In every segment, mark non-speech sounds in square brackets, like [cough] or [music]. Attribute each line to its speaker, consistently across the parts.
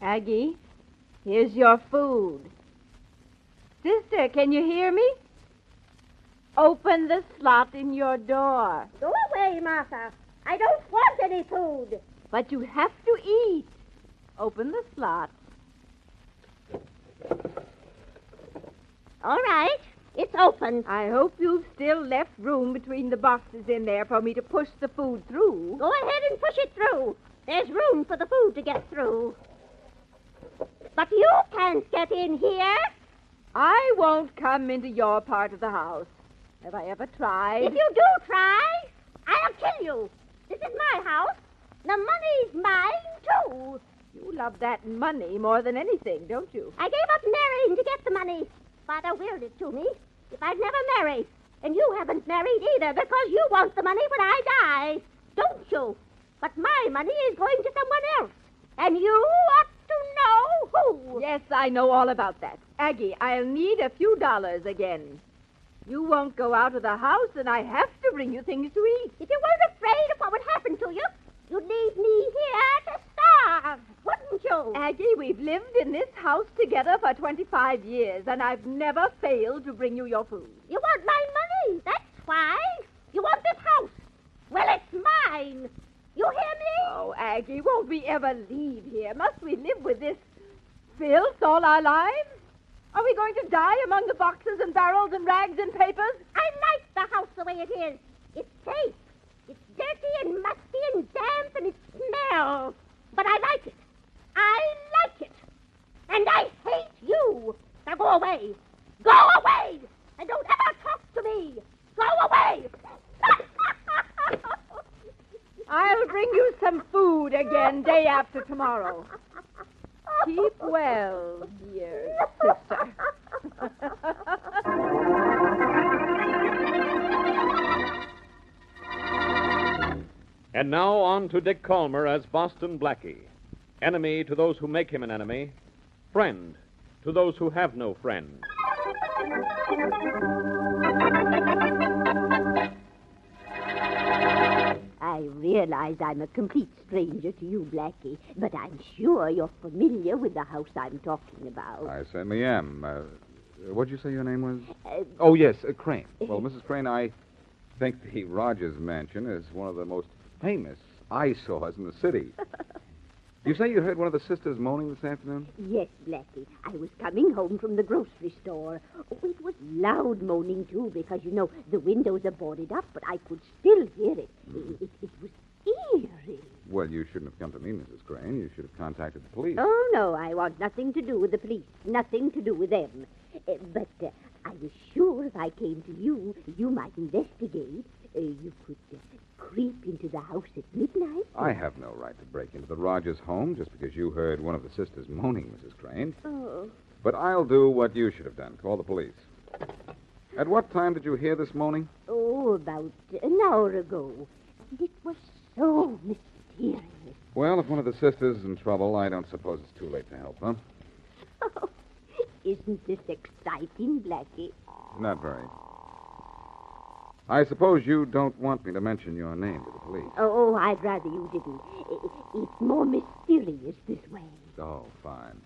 Speaker 1: Aggie, here's your food. Sister, can you hear me? Open the slot in your door.
Speaker 2: Go away, Martha. I don't want any food.
Speaker 1: But you have to eat. Open the slot.
Speaker 2: All right. It's open.
Speaker 1: I hope you've still left room between the boxes in there for me to push the food through.
Speaker 2: Go ahead and push it through. There's room for the food to get through. But you can't get in here.
Speaker 1: I won't come into your part of the house. Have I ever tried?
Speaker 2: If you do try, I'll kill you. This is my house. The money's mine, too.
Speaker 1: You love that money more than anything, don't you?
Speaker 2: I gave up marrying to get the money. Father willed it to me. If I'd never married, and you haven't married either because you want the money when I die, don't you? But my money is going to someone else, and you ought to know who.
Speaker 1: Yes, I know all about that. Aggie, I'll need a few dollars again. You won't go out of the house, and I have to bring you things to eat.
Speaker 2: If you weren't afraid of what would happen to you, you'd leave me here to starve, wouldn't you?
Speaker 1: Aggie, we've lived in this house together for 25 years, and I've never failed to bring you your food.
Speaker 2: You want my money, that's why. You want this house. Well, it's mine. You hear me?
Speaker 1: Oh, Aggie, won't we ever leave here? Must we live with this filth all our lives? Are we going to die among the boxes and barrels and rags and papers?
Speaker 2: I like the house the way it is. It's safe. It's dirty and musty and damp and it smells. But I like it. I like it. And I hate you. Now go away. Go away. And don't ever talk to me. Go away. [laughs]
Speaker 1: I'll bring you some food again day after tomorrow. Keep well, dear sister.
Speaker 3: And now on to Dick Calmer as Boston Blackie. Enemy to those who make him an enemy, friend to those who have no friend.
Speaker 2: I realize I'm a complete stranger to you, Blackie, but I'm sure you're familiar with the house I'm talking about.
Speaker 4: I certainly am. Uh, what'd you say your name was?
Speaker 2: Uh,
Speaker 4: Oh, yes, uh,
Speaker 2: [laughs]
Speaker 4: Crane. Well, Mrs. Crane, I think the Rogers Mansion is one of the most famous eyesores in the
Speaker 2: [laughs]
Speaker 4: city. you say you heard one of the sisters moaning this afternoon?
Speaker 2: yes, Blackie. I was coming home from the grocery store. Oh, it was loud moaning, too, because, you know, the windows are boarded up, but I could still hear it. It, it, it was eerie.
Speaker 4: Well, you shouldn't have come to me, Mrs. Crane. You should have contacted the police.
Speaker 2: Oh, no, I want nothing to do with the police, nothing to do with them. Uh, but uh, I was sure if I came to you, you might investigate. Uh, you could uh, creep into the house at midnight.
Speaker 4: I have no right to break into the Rogers home just because you heard one of the sisters moaning, Mrs. Crane.
Speaker 2: Oh,
Speaker 4: But I'll do what you should have done call the police. At what time did you hear this moaning?
Speaker 2: oh about an hour ago. And it was so mysterious.
Speaker 4: Well, if one of the sisters is in trouble, I don't suppose it's too late to help, huh?
Speaker 2: Oh, isn't this exciting, Blackie?
Speaker 4: Not very. I suppose you don't want me to mention your name to the police.
Speaker 2: Oh, oh, I'd rather you didn't. I- i- It's more mysterious this way.
Speaker 4: Oh, fine.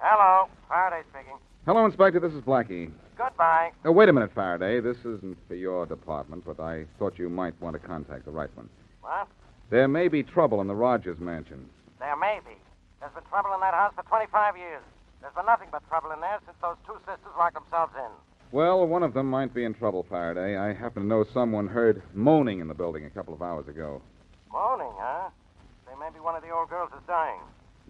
Speaker 5: Hello, Faraday speaking.
Speaker 4: Hello, Inspector. This is Blackie.
Speaker 5: Goodbye.
Speaker 4: Oh, wait a minute, Faraday. This isn't for your department, but I thought you might want to contact the right one.
Speaker 5: What?
Speaker 4: There may be trouble in the Rogers mansion.
Speaker 5: There may be. There's been trouble in that house for 25 years. There's been nothing but trouble in there since those two sisters locked themselves in.
Speaker 4: Well, one of them might be in trouble, Faraday. I happen to know someone heard moaning in the building a couple of hours ago.
Speaker 5: Moaning, huh? Say maybe one of the old girls is dying.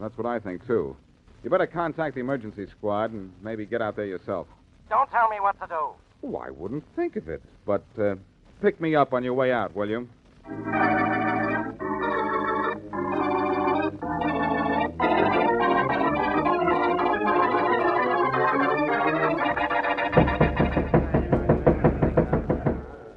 Speaker 4: That's what I think, too. You better contact the emergency squad and maybe get out there yourself.
Speaker 5: Don't tell me what to do.
Speaker 4: Oh, I wouldn't think of it. But uh, pick me up on your way out, will you?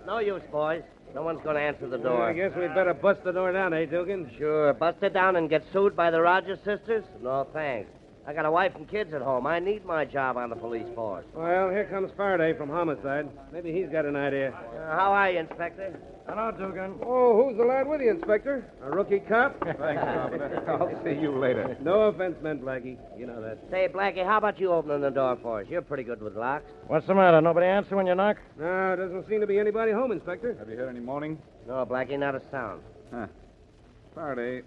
Speaker 6: No use, boys. No one's going to answer the door.
Speaker 7: I guess we'd better bust the door down, eh, Dugan?
Speaker 6: Sure. Bust it down and get sued by the Rogers sisters? No, thanks. I got a wife and kids at home. I need my job on the police force.
Speaker 7: Well, here comes Faraday from homicide. Maybe he's got an idea.
Speaker 6: Uh, how are you, Inspector?
Speaker 7: Hello, Dugan. Oh, who's the lad with you, Inspector? A rookie
Speaker 4: [laughs]
Speaker 7: cop? Thanks,
Speaker 4: Officer. I'll see you later.
Speaker 7: No offense meant, Blackie. You know that.
Speaker 6: Say, Blackie, how about you opening the door for us? You're pretty good with locks.
Speaker 8: What's the matter? Nobody answer when you knock?
Speaker 7: No, doesn't seem to be anybody home, Inspector.
Speaker 4: Have you heard any moaning?
Speaker 6: No, Blackie, not a
Speaker 7: [laughs]
Speaker 6: sound.
Speaker 4: Huh. Faraday,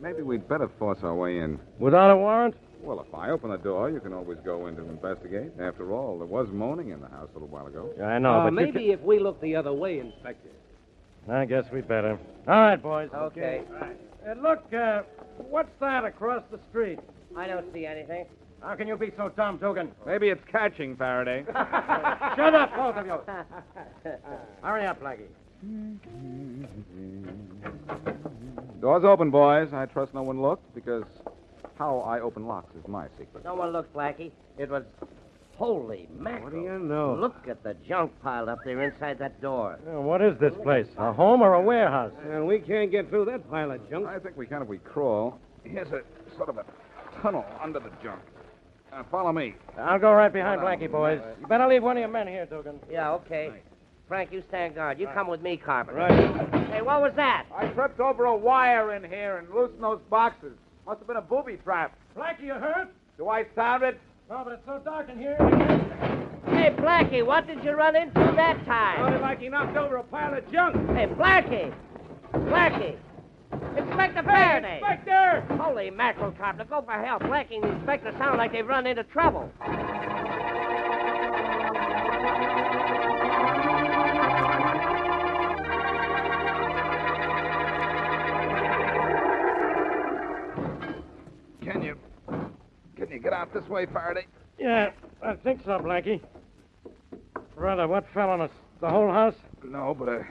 Speaker 4: maybe we'd better force our way in.
Speaker 8: Without a warrant?
Speaker 4: Well, if I open the door, you can always go in to investigate. After all, there was moaning in the house a little while ago.
Speaker 8: Yeah, I know,
Speaker 7: uh,
Speaker 8: but you
Speaker 7: maybe if we look the other way, Inspector.
Speaker 8: can- I guess we better. All right, boys.
Speaker 6: Okay.
Speaker 7: look, uh, what's that across the street?
Speaker 6: I don't see
Speaker 7: [laughs]
Speaker 6: anything.
Speaker 8: How can you be so dumb, Dugan?
Speaker 4: Maybe it's catching,
Speaker 8: [laughs]
Speaker 4: Faraday.
Speaker 8: Shut up, both of you.
Speaker 6: [laughs]
Speaker 8: Hurry up, Blackie.
Speaker 4: Doors open, boys. I trust no one looked, because how I open locks is my secret.
Speaker 6: No one looked, Blackie. It was. Holy mackerel.
Speaker 7: What do you know?
Speaker 6: Look at the junk piled up there inside that door.
Speaker 8: Yeah, Uh, what is this place? A home or a warehouse?
Speaker 7: And Uh, we can't get through that pile of junk.
Speaker 4: I think we can if we crawl. Here's a Uh, sort of a tunnel under the junk. Uh, follow me.
Speaker 8: I'll go right behind Blackie, boys. You better leave one of your men here, Dugan.
Speaker 6: Yeah, okay. Frank, you stand guard. You come with me, Carpenter.
Speaker 7: Right.
Speaker 6: Hey, what was that?
Speaker 9: I tripped over a wire in here and loosened those boxes. Must have been a booby trap.
Speaker 8: Blackie, you hurt?
Speaker 9: Do I sound it?
Speaker 8: No, but it's so dark in here.
Speaker 6: Hey, Blackie, what did you run into that time?
Speaker 7: like he knocked over a pile of junk.
Speaker 6: Hey, Blackie! Blackie! Inspector Faraday!
Speaker 7: Inspector!
Speaker 6: Holy mackerel, Carpenter, go for help. Blackie and the inspector sound like they've run into trouble.
Speaker 4: Can you? Can you get out this way, Faraday?
Speaker 8: Yeah, I think so, Blackie. Brother, what fell on us? The whole house?
Speaker 4: No, but a,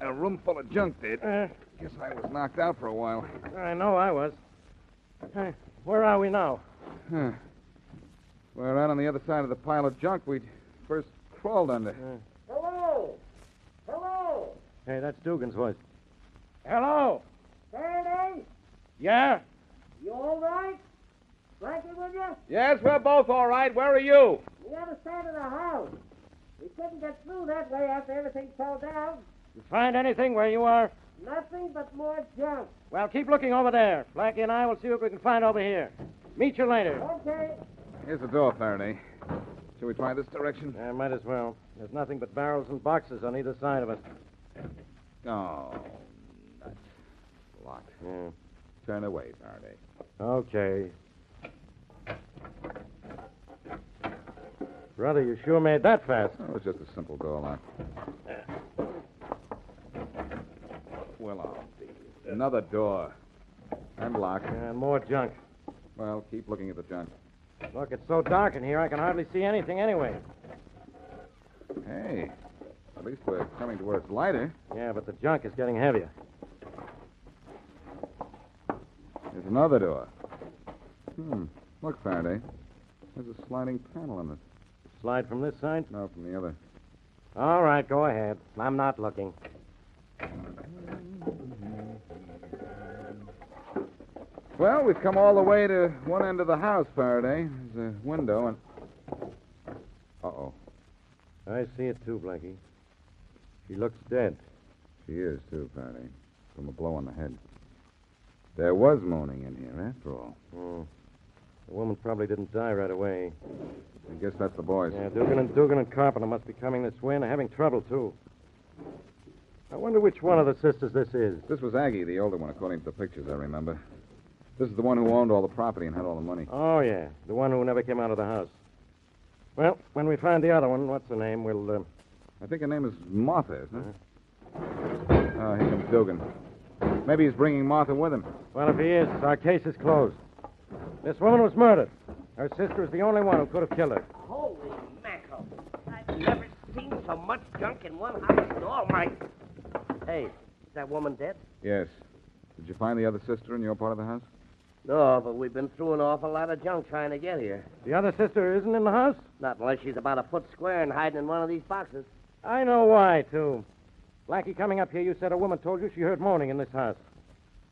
Speaker 4: a room full of junk did.
Speaker 8: Uh,
Speaker 4: Guess I was knocked out for a while.
Speaker 8: I know I was. Hey, where are we now?
Speaker 4: Huh. We're out on the other side of the pile of junk we first crawled under.
Speaker 6: Hello! Hello!
Speaker 8: Hey, that's Dugan's voice. Hello?
Speaker 6: Faraday,
Speaker 8: Yeah?
Speaker 6: you all right? Blackie with you?
Speaker 9: Yes, we're both all right. Where are you?
Speaker 6: The other side of the house. We couldn't get through that way after everything fell down.
Speaker 8: You find anything where you are?
Speaker 6: Nothing but more junk.
Speaker 8: Well, keep looking over there. Blackie and I will see what we can find over here. Meet you later.
Speaker 6: Okay.
Speaker 4: Here's the door, Faraday. Shall we try this direction?
Speaker 8: Yeah, might as well. There's nothing but barrels and boxes on either side of us.
Speaker 4: Oh, nuts. Locked. Turn away, Faraday.
Speaker 8: Okay. Brother, you sure made that fast.
Speaker 4: Oh, it's just a simple door lock. Well, I'll be. Another door. And lock.
Speaker 8: And more junk.
Speaker 4: Well, keep looking at the junk.
Speaker 8: Look, it's so dark in here, I can hardly see anything anyway.
Speaker 4: Hey, at least we're coming to where it's lighter.
Speaker 8: Yeah, but the junk is getting heavier.
Speaker 4: There's another door. Hmm. Look, Faraday. There's a sliding panel in it.
Speaker 8: Slide from this side.
Speaker 4: No, from the other.
Speaker 8: All right, go ahead. I'm not looking.
Speaker 4: Well, we've come all the way to one end of the house, Faraday. There's a window and. Uh oh.
Speaker 8: I see it too, Blackie. She looks dead.
Speaker 4: She is, too, Patty. From a blow on the head. There was moaning in here, after all.
Speaker 8: The woman probably didn't die right away.
Speaker 4: I guess that's the boys.
Speaker 8: Yeah, Dugan and Dugan and Carpenter must be coming this way and they're having trouble, too. I wonder which one of the sisters this is.
Speaker 4: This was Aggie, the older one, according to the pictures I remember. This is the one who owned all the property and had all the money.
Speaker 8: Oh, yeah. The one who never came out of the house. Well, when we find the other one, what's her name, we'll. Uh...
Speaker 4: I think her name is Martha, isn't it? Oh, here comes Dugan. Maybe he's bringing Martha with him.
Speaker 8: Well, if he is, our case is closed. This woman was murdered. Her sister is the only one who could have killed her.
Speaker 7: Holy mackerel. I've never seen so much junk in one house in all my. Hey, is that woman dead?
Speaker 4: Yes. Did you find the other sister in your part of the house?
Speaker 7: No, but we've been through an awful lot of junk trying to get here.
Speaker 8: The other sister isn't in the house?
Speaker 7: Not unless she's about a foot square and hiding in one of these boxes.
Speaker 8: I know why, too. Blackie, coming up here, you said a woman told you she heard moaning in this house.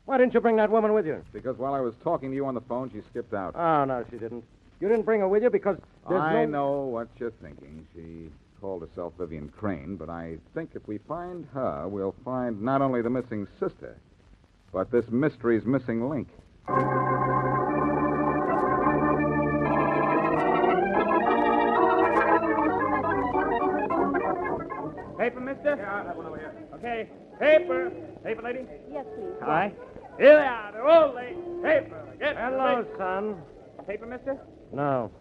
Speaker 8: Why didn't you bring that woman with you?
Speaker 4: Because while I was talking to you on the phone, she skipped out.
Speaker 8: Oh, no, she didn't. You didn't bring her with you because there's
Speaker 4: I
Speaker 8: no...
Speaker 4: know what you're thinking. She called herself Vivian Crane, but I think if we find her, we'll find not only the missing sister, but this mystery's missing link.
Speaker 10: Paper, mister? Yeah, I'll have one over here. Okay. Paper. Paper, lady?
Speaker 6: Yes, please.
Speaker 10: Hi. Here they are. They're old lady. Paper. Get
Speaker 8: Hello, son.
Speaker 10: Paper, mister?
Speaker 8: No.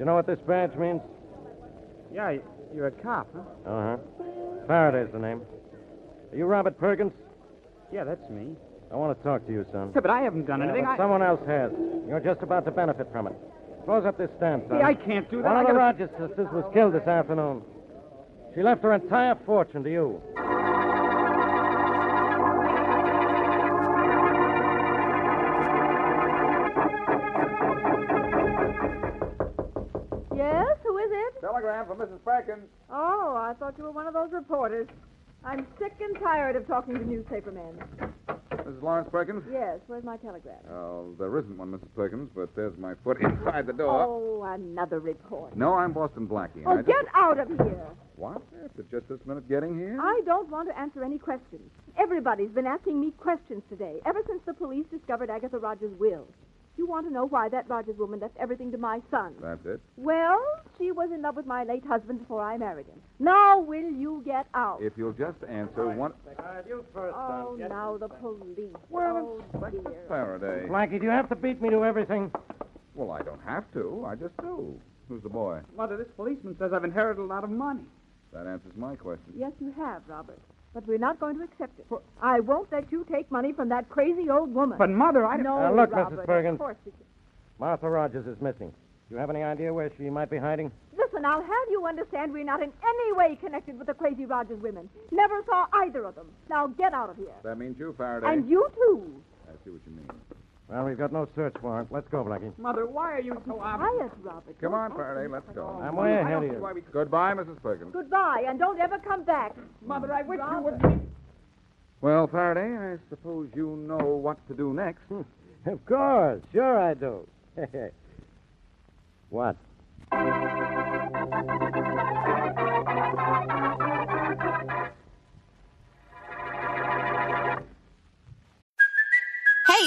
Speaker 8: You know what this badge means?
Speaker 10: Yeah, you're a cop, huh?
Speaker 8: Uh huh. Faraday's the name. Are you Robert Perkins?
Speaker 10: Yeah, that's me.
Speaker 8: I want to talk to you, son.
Speaker 10: Yeah, but I haven't done
Speaker 8: Yeah,
Speaker 10: anything.
Speaker 8: but
Speaker 10: I-
Speaker 8: Someone else has. You're just about to benefit from it. Close up this stand, son.
Speaker 10: Hey, I can't do that.
Speaker 8: One
Speaker 10: I
Speaker 8: of the
Speaker 10: gotta-
Speaker 8: Rogers sisters was killed this afternoon. She left her entire fortune to you.
Speaker 1: Yes, who is it?
Speaker 11: Telegram for Mrs. Perkins.
Speaker 1: [laughs] Oh, I thought you were one of those reporters. I'm sick and tired of talking to newspaper men.
Speaker 4: Mrs. Lawrence Perkins?
Speaker 1: Yes, where's my telegram?
Speaker 4: Oh, there isn't one, Mrs. Perkins, but there's my foot [laughs] inside the door.
Speaker 1: Oh, another report.
Speaker 4: No, I'm Boston Blackie. and
Speaker 1: Oh,
Speaker 4: I
Speaker 1: get out of here.
Speaker 4: Just... What? After just this minute getting here?
Speaker 1: I don't want to answer any questions. Everybody's been asking me questions today, ever since the police discovered Agatha Rogers' will. You want to know why that Rogers woman left everything to my son.
Speaker 4: That's it.
Speaker 1: Well, she was in love with my late husband before I married him. Now will you get out?
Speaker 4: If you'll just answer one.
Speaker 8: you first,
Speaker 1: Oh, now the police.
Speaker 4: Well,
Speaker 1: oh, dear.
Speaker 4: Faraday.
Speaker 8: Blackie, do you have to beat me to everything?
Speaker 4: Well, I don't have to. I just do. Who's the boy?
Speaker 11: Mother, this policeman says I've inherited a lot of money.
Speaker 4: That answers my question.
Speaker 1: Yes, you have, Robert. But we're not going to accept it. I won't let you take money from that crazy old woman.
Speaker 11: But, Mother, I don't- Uh,
Speaker 1: know.
Speaker 8: Now, look, Mrs.
Speaker 1: Robert,
Speaker 8: Perkins.
Speaker 1: Of course we can.
Speaker 8: Martha Rogers is missing. Do you have any idea where she might be hiding?
Speaker 1: Listen, I'll have you understand we're not in any way connected with the crazy Rogers women. Never saw either of them. Now get out of here.
Speaker 4: That means you, Faraday.
Speaker 1: And you too.
Speaker 4: I see what you mean.
Speaker 8: Well, we've got no search warrant. Let's go, Blackie.
Speaker 11: Mother, why are you so obstinate?
Speaker 1: Quiet, Robert.
Speaker 4: Come on, Faraday, let's go.
Speaker 8: I'm way
Speaker 11: I
Speaker 8: ahead
Speaker 11: don't
Speaker 8: of
Speaker 11: see
Speaker 8: you.
Speaker 11: why we...
Speaker 4: Goodbye, Mrs. Perkins.
Speaker 1: Goodbye, and don't ever come back.
Speaker 11: Mother, I wish you would...
Speaker 4: Well, Faraday, I suppose you know what to do next.
Speaker 8: Hmm. Of course. Sure I do. [laughs] what?
Speaker 12: Hey,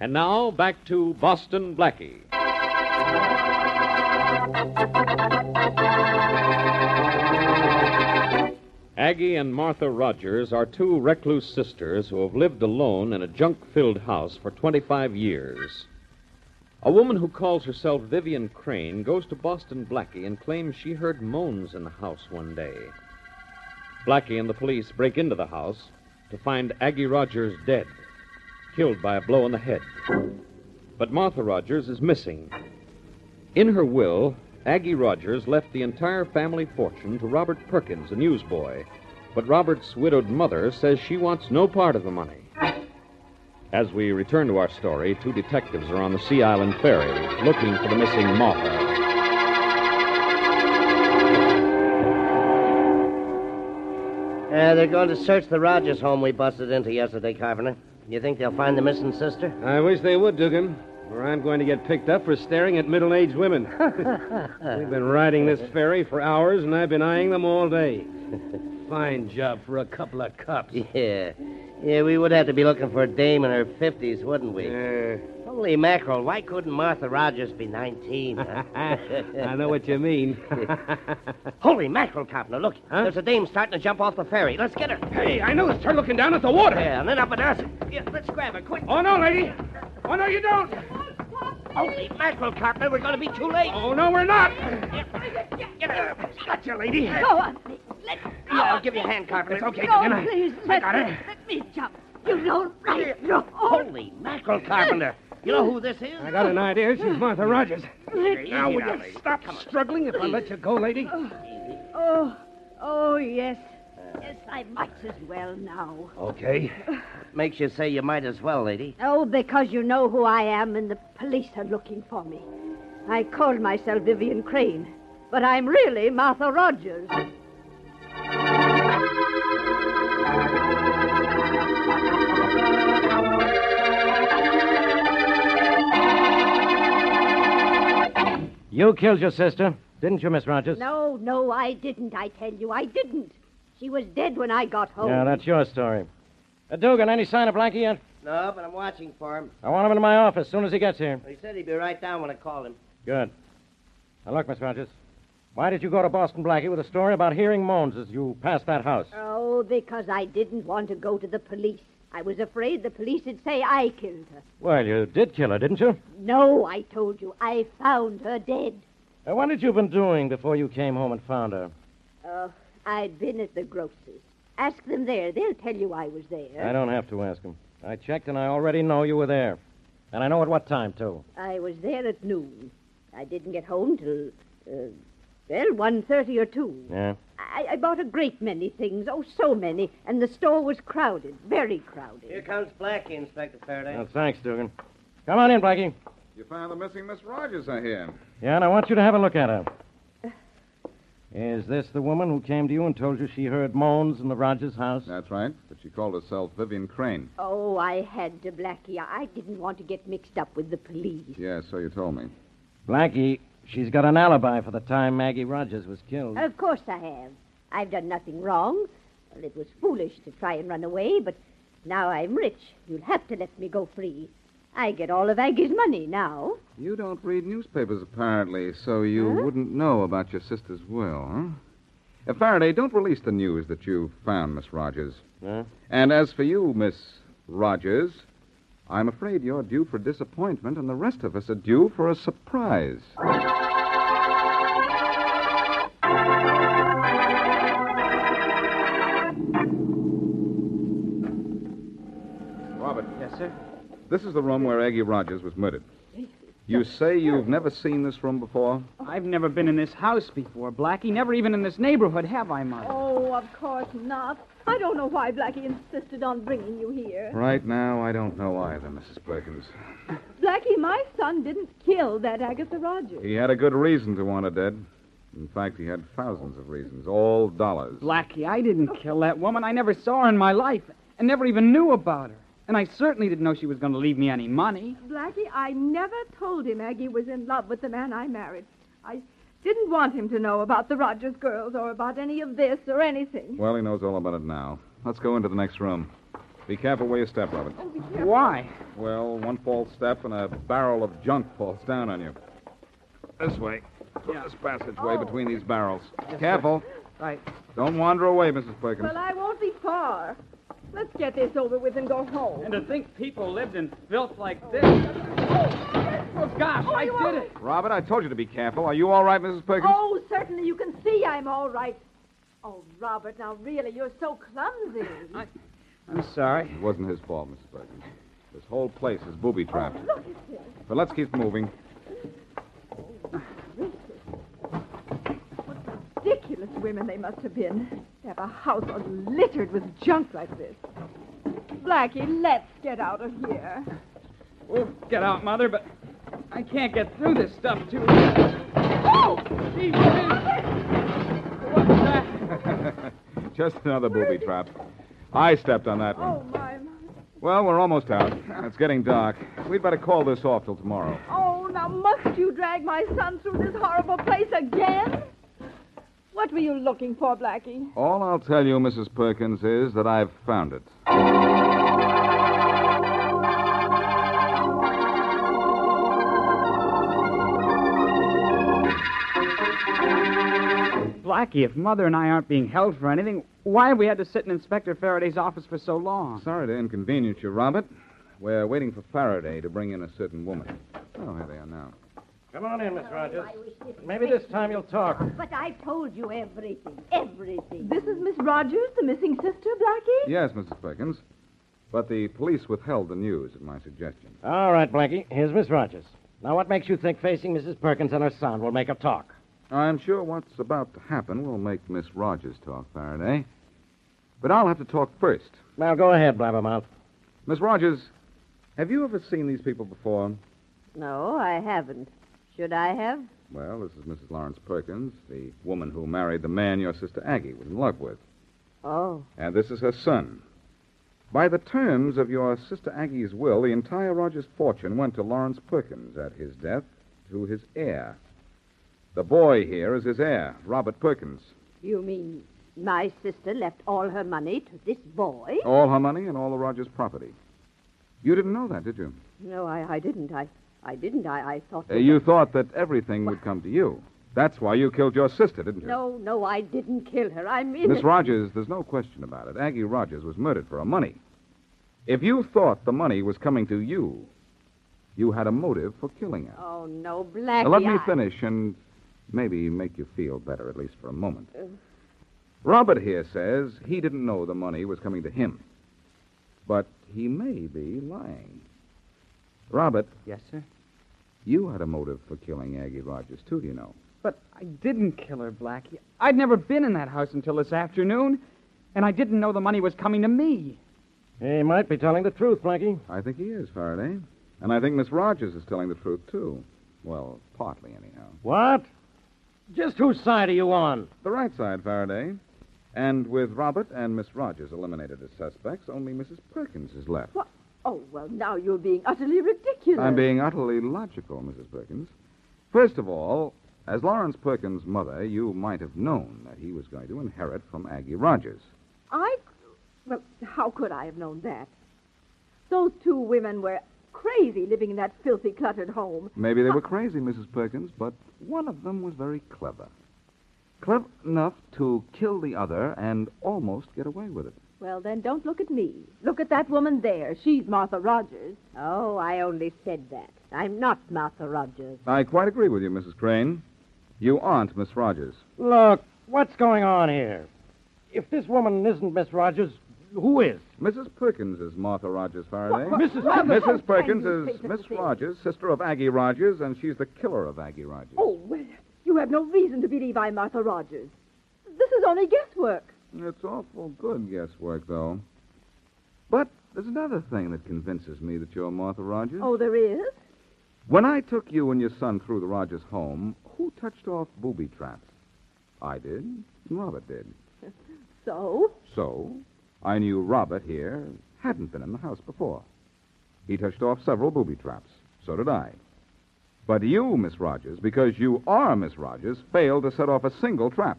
Speaker 3: And now back to Boston Blackie. Aggie and Martha Rogers are two recluse sisters who have lived alone in a junk filled house for 25 years. A woman who calls herself Vivian Crane goes to Boston Blackie and claims she heard moans in the house one day. Blackie and the police break into the house to find Aggie Rogers dead, killed by a blow on the head. But Martha Rogers is missing. In her will, Aggie Rogers left the entire family fortune to Robert Perkins, a newsboy, but Robert's widowed mother says she wants no part of the money. As we return to our story, two detectives are on the Sea Island ferry looking for the missing Martha.
Speaker 6: Uh, they're going to search the Rogers home we busted into yesterday, Carpenter. You think they'll find the missing sister?
Speaker 13: I wish they would, Dugan, or I'm going to get picked up for staring at middle aged
Speaker 10: [laughs]
Speaker 13: women. We've been riding this ferry for hours, and I've been eyeing them all
Speaker 10: [laughs]
Speaker 13: day. Fine job for a couple of cops.
Speaker 6: [laughs] Yeah. Yeah, we would have to be looking for a dame in her 50s, wouldn't we? Holy mackerel, why couldn't Martha Rogers be 19?
Speaker 10: [laughs]
Speaker 6: huh?
Speaker 13: I know what you mean.
Speaker 6: [laughs] Holy mackerel, Carpenter, look. There's a dame starting to jump off the ferry. Let's get her.
Speaker 10: Hey, I noticed her looking down at the water.
Speaker 6: Yeah, and then up at us. Yeah, let's grab her, quick.
Speaker 10: Oh, no, lady. Oh, no, you don't.
Speaker 6: Holy mackerel, Carpenter, we're going to be too late.
Speaker 10: Oh, no, we're not.
Speaker 6: Got you, lady.
Speaker 10: Go
Speaker 6: on, Let I'll give you a hand, Carpenter. It's okay,
Speaker 10: Go on,
Speaker 6: Dugan. I-
Speaker 10: please.
Speaker 6: I got her.
Speaker 2: Let me jump. You know right. No.
Speaker 6: Holy mackerel, Carpenter. You know who this is?
Speaker 13: I got an idea. She's Martha Rogers.
Speaker 10: Now, will you stop struggling if I let you go, lady?
Speaker 2: Oh, oh, yes. Yes, I might as well now.
Speaker 6: Okay. Makes you say you might as well, lady.
Speaker 2: Oh, because you know who I am and the police are looking for me. I called myself Vivian Crane, but I'm really Martha Rogers.
Speaker 8: You killed your sister, didn't you, Miss Rogers?
Speaker 2: No, no, I didn't, I tell you. I didn't. She was dead when I got home.
Speaker 8: Yeah, that's your story. Uh, Dugan, any sign of Blackie yet?
Speaker 6: No, but I'm watching for him.
Speaker 8: I want him in my office as soon as he gets here.
Speaker 6: He said he'd be right down when I called him.
Speaker 8: Good. Now, look, Miss Rogers. Why did you go to Boston Blackie with a story about hearing moans as you passed that house?
Speaker 2: Oh, because I didn't want to go to the police. I was afraid the police would say I killed her.
Speaker 8: Well, you did kill her, didn't you?
Speaker 2: No, I told you. I found her dead.
Speaker 8: Uh, what had you been doing before you came home and found her?
Speaker 2: Oh, I'd been at the grocer's. Ask them there. They'll tell you I was there.
Speaker 8: I don't have to ask him. I checked, and I already know you were there. And I know at what time, too.
Speaker 2: I was there at noon. I didn't get home till, uh, well, one thirty or two.
Speaker 8: Yeah.
Speaker 2: I, I bought a great many things. Oh, so many. And the store was crowded, very crowded.
Speaker 6: Here comes Blackie, Inspector Faraday.
Speaker 8: Well, thanks, Dugan. Come on in, Blackie.
Speaker 4: You found the missing Miss Rogers, I hear.
Speaker 8: Yeah, and I want you to have a look at her. Is this the woman who came to you and told you she heard moans in the Rogers house?
Speaker 4: That's right. But she called herself Vivian Crane.
Speaker 2: Oh, I had to, Blackie. I I didn't want to get mixed up with the police.
Speaker 4: Yeah, so you told me.
Speaker 8: Blackie, she's got an alibi for the time Maggie Rogers was killed.
Speaker 2: Of course I have. I've done nothing wrong. Well, it was foolish to try and run away, but now I'm rich. You'll have to let me go free. I get all of Aggie's money now.
Speaker 4: You don't read newspapers, apparently, so you wouldn't know about your sister's will, huh? Uh, Faraday, don't release the news that you've found Miss Rogers.
Speaker 8: Huh?
Speaker 4: And as for you, Miss Rogers, I'm afraid you're due for disappointment, and the rest of us are due for a surprise. Robert. Yes, sir? This is the room where Aggie Rogers was murdered. You say you've never seen this room before?
Speaker 14: I've never been in this house before, Blackie. Never even in this neighborhood have I, Mother.
Speaker 15: Oh, of course not. I don't know why Blackie insisted on bringing you here.
Speaker 4: Right now, I don't know either, Mrs. Perkins.
Speaker 15: Blackie, my son didn't kill that Agatha Rogers.
Speaker 4: He had a good reason to want her dead. In fact, he had thousands of reasons, all dollars.
Speaker 14: Blackie, I didn't kill that woman. I never saw her in my life and never even knew about her. And I certainly didn't know she was going to leave me any money.
Speaker 15: Blackie, I never told him Aggie was in love with the man I married. I didn't want him to know about the Rogers girls or about any of this or anything.
Speaker 4: Well, he knows all about it now. Let's go into the next room. Be careful where you step, Robert.
Speaker 14: Why?
Speaker 4: Well, one false step and a barrel of junk falls down on you. This way. Yeah, this passageway between these barrels. careful.
Speaker 14: Right.
Speaker 4: Don't wander away, Mrs. Perkins.
Speaker 15: Well, I won't be far. Let's get this over with and go home.
Speaker 14: And to think people lived in filth like this. Oh, gosh, I did it.
Speaker 4: Robert, I told you to be careful. Are you all right, Mrs. Perkins?
Speaker 15: Oh, certainly you can see I'm all right. Oh, Robert, now really, you're so clumsy.
Speaker 1: Oh,
Speaker 4: I'm sorry. It wasn't his fault, Mrs. Perkins. This whole place is booby trapped.
Speaker 15: Look at this.
Speaker 4: But let's keep moving.
Speaker 15: Ridiculous women they must have been.
Speaker 1: To have a house all littered with junk like this. Blackie, let's get out of here.
Speaker 14: We'll get out, Mother, but I can't get through this stuff too. Oh! Gee
Speaker 4: Just another booby trap. I stepped on that one.
Speaker 1: Oh, my.
Speaker 4: Well, we're almost out. It's getting dark. We'd better call this off till tomorrow.
Speaker 1: Oh, now must you drag my son through this horrible place again? What were you looking for, Blackie?
Speaker 4: All I'll tell you, Mrs. Perkins, is that I've found it.
Speaker 14: Blackie, if Mother and I aren't being held for anything, why have we had to sit in Inspector Faraday's office for so long?
Speaker 4: Sorry to inconvenience you, Robert. We're waiting for Faraday to bring in a certain woman. Oh, here they are now.
Speaker 16: Come on in, Miss Rogers.
Speaker 17: I wish this
Speaker 16: Maybe this time you'll talk.
Speaker 17: But I told you everything. Everything.
Speaker 1: This is Miss Rogers, the missing sister, Blackie?
Speaker 4: Yes, Mrs. Perkins. But the police withheld the news at my suggestion.
Speaker 8: All right, Blackie. Here's Miss Rogers. Now, what makes you think facing Mrs. Perkins and her son will make her talk?
Speaker 4: I'm sure what's about to happen will make Miss Rogers talk, Faraday. But I'll have to talk first.
Speaker 8: Now, go ahead, Blabbermouth.
Speaker 4: Miss Rogers, have you ever seen these people before?
Speaker 2: No, I haven't. Should I have?
Speaker 4: Well, this is Mrs. Lawrence Perkins, the woman who married the man your sister Aggie was in love with.
Speaker 2: Oh,
Speaker 4: And Uh, this is her son. By the terms of your sister Aggie's will, the entire Rogers fortune went to Lawrence Perkins at his death to his heir. The boy here is his heir, Robert Perkins.
Speaker 2: you mean my sister left all her money to this boy?
Speaker 4: All her money and all the Rogers property. You didn't know that, did you?
Speaker 2: No, I, I didn't. I, I didn't. I, I thought.
Speaker 4: Uh, you thought that everything would come to you. That's why you killed your sister, didn't you?
Speaker 2: No, no, I didn't kill her. I'm innocent.
Speaker 4: Miss Rogers, there's no question about it. Aggie Rogers was murdered for her money. If you thought the money was coming to you, you had a motive for killing her.
Speaker 2: Oh no, Blackie.
Speaker 4: now, let me
Speaker 2: I-
Speaker 4: finish and maybe make you feel better, at least for a moment.
Speaker 2: Uh,
Speaker 4: Robert here says he didn't know the money was coming to him. But he may be lying. Robert.
Speaker 14: Yes, sir?
Speaker 4: You had a motive for killing Aggie Rogers, too, you know.
Speaker 14: But I didn't kill her, Blackie. I'd never been in that house until this afternoon, and I didn't know the money was coming to me.
Speaker 8: He might be telling the truth, Blackie.
Speaker 4: I think he is, Faraday. And I think Miss Rogers is telling the truth, too. Well, partly, anyhow.
Speaker 8: What? Just whose side are you on?
Speaker 4: The right side, Faraday. And with Robert and Miss Rogers eliminated as suspects, only Mrs. Perkins is left.
Speaker 2: Oh well, now you're being utterly ridiculous.
Speaker 4: I'm being utterly logical, Mrs. Perkins. First of all, as Lawrence Perkins' mother, you might have known that he was going to inherit from Aggie Rogers.
Speaker 1: I. Well, how could I have known that? Those two women were crazy living in that filthy, cluttered home.
Speaker 4: Maybe they were crazy, Mrs. Perkins, but one of them was very clever. Clever enough to kill the other and almost get away with it.
Speaker 1: Well, then, don't look at me. Look at that woman there. She's Martha Rogers.
Speaker 2: Oh, I only said that. I'm not Martha Rogers.
Speaker 4: I quite agree with you, Mrs. Crane. You aren't Miss Rogers.
Speaker 8: Look, what's going on here? If this woman isn't Miss Rogers, who is?
Speaker 4: Mrs. Perkins is Martha Rogers, Faraday.
Speaker 8: What- what- Mrs. what-
Speaker 4: Mrs.
Speaker 8: what-
Speaker 4: Perkins
Speaker 8: can you
Speaker 4: is
Speaker 8: say,
Speaker 4: Miss
Speaker 8: Mr. Field?
Speaker 4: Rogers, sister of Aggie Rogers, and she's the killer of Aggie Rogers.
Speaker 1: Oh, well, you have no reason to believe I'm Martha Rogers. This is only guesswork.
Speaker 4: It's awful good guesswork, though. But there's another thing that convinces me that you're Martha Rogers.
Speaker 1: Oh, there is? [laughs]
Speaker 4: When I took you and your son through the Rogers home, who touched off booby traps? I did, and Robert did.
Speaker 1: So?
Speaker 4: So, I knew Robert here hadn't been in the house before. He touched off several booby traps. So did I. But you, Miss Rogers, because you are Miss Rogers, failed to set off a single trap.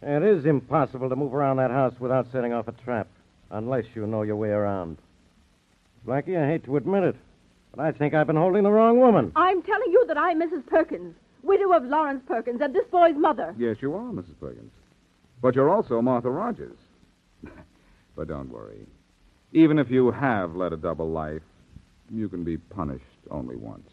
Speaker 8: It is impossible to move around that house without setting off a trap, unless you know your way around. Blackie, I hate to admit it, but I think I've been holding the wrong woman.
Speaker 1: I'm telling you that I'm Mrs. Perkins, widow of Lawrence Perkins, and this boy's mother.
Speaker 4: Yes, you are, Mrs. Perkins. But you're also Martha Rogers. [laughs] but don't worry. Even if you have led a double life, you can be punished only once.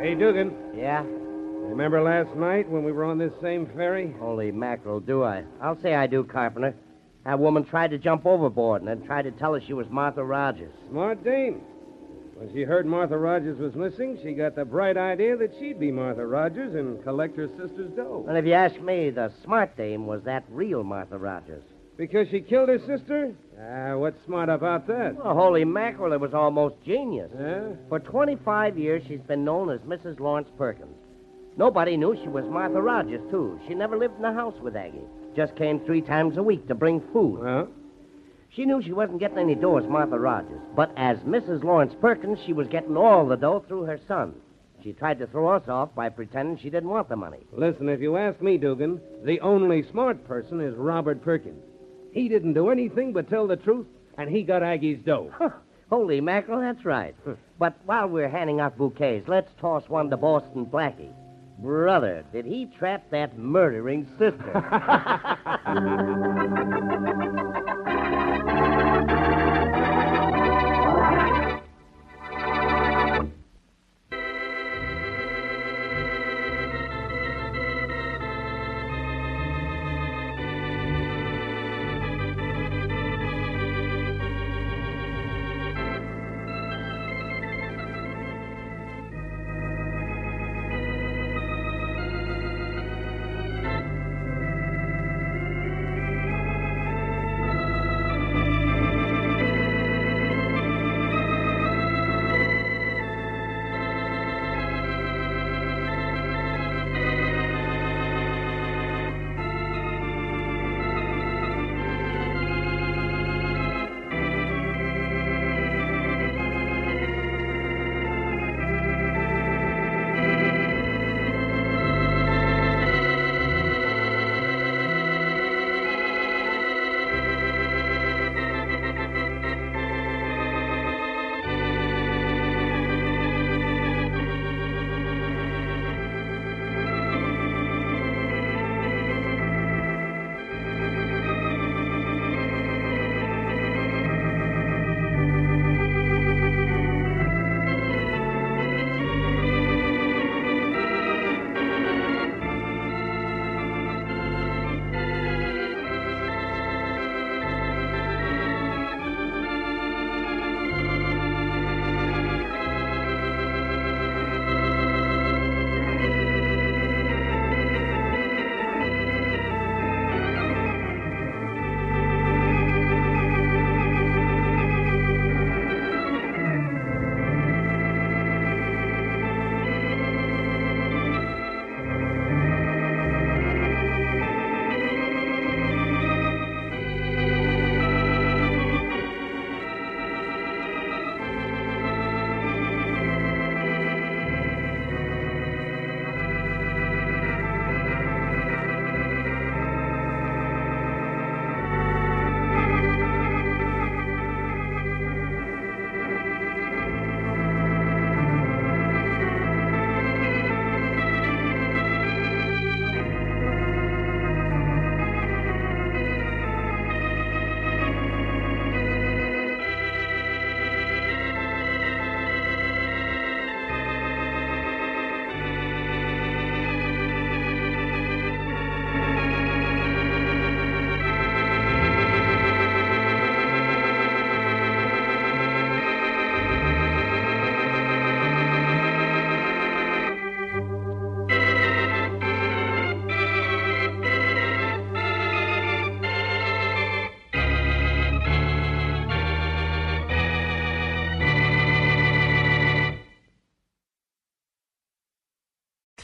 Speaker 6: Hey, Dugan.
Speaker 8: Yeah?
Speaker 6: Remember last night when we were on this same ferry?
Speaker 8: Holy mackerel, do I? I'll say I do, Carpenter. That woman tried to jump overboard and then tried to tell us she was Martha Rogers.
Speaker 6: Smart dame.
Speaker 7: When she heard Martha Rogers was missing, she got the bright idea that she'd be Martha Rogers and collect her sister's dough.
Speaker 6: Well, if you ask me, the smart dame was that real Martha Rogers.
Speaker 7: Because she killed her sister? Ah, what's smart about that?
Speaker 6: Well, holy mackerel, it was almost genius.
Speaker 7: Yeah?
Speaker 6: For 25 years, she's been known as Mrs. Lawrence Perkins. Nobody knew she was Martha Rogers, too. She never lived in the house with Aggie. Just came three times a week to bring food.
Speaker 7: Huh?
Speaker 6: She knew she wasn't getting any dough as Martha Rogers, but as Mrs. Lawrence Perkins, she was getting all the dough through her son. She tried to throw us off by pretending she didn't want the money.
Speaker 7: Listen, if you ask me, Dugan, the only smart person is Robert Perkins. He didn't do anything but tell the truth, and he got Aggie's dough.
Speaker 6: Holy mackerel, that's right. but while we're handing out bouquets, let's toss one to Boston Blackie. Brother, did he trap that murdering sister?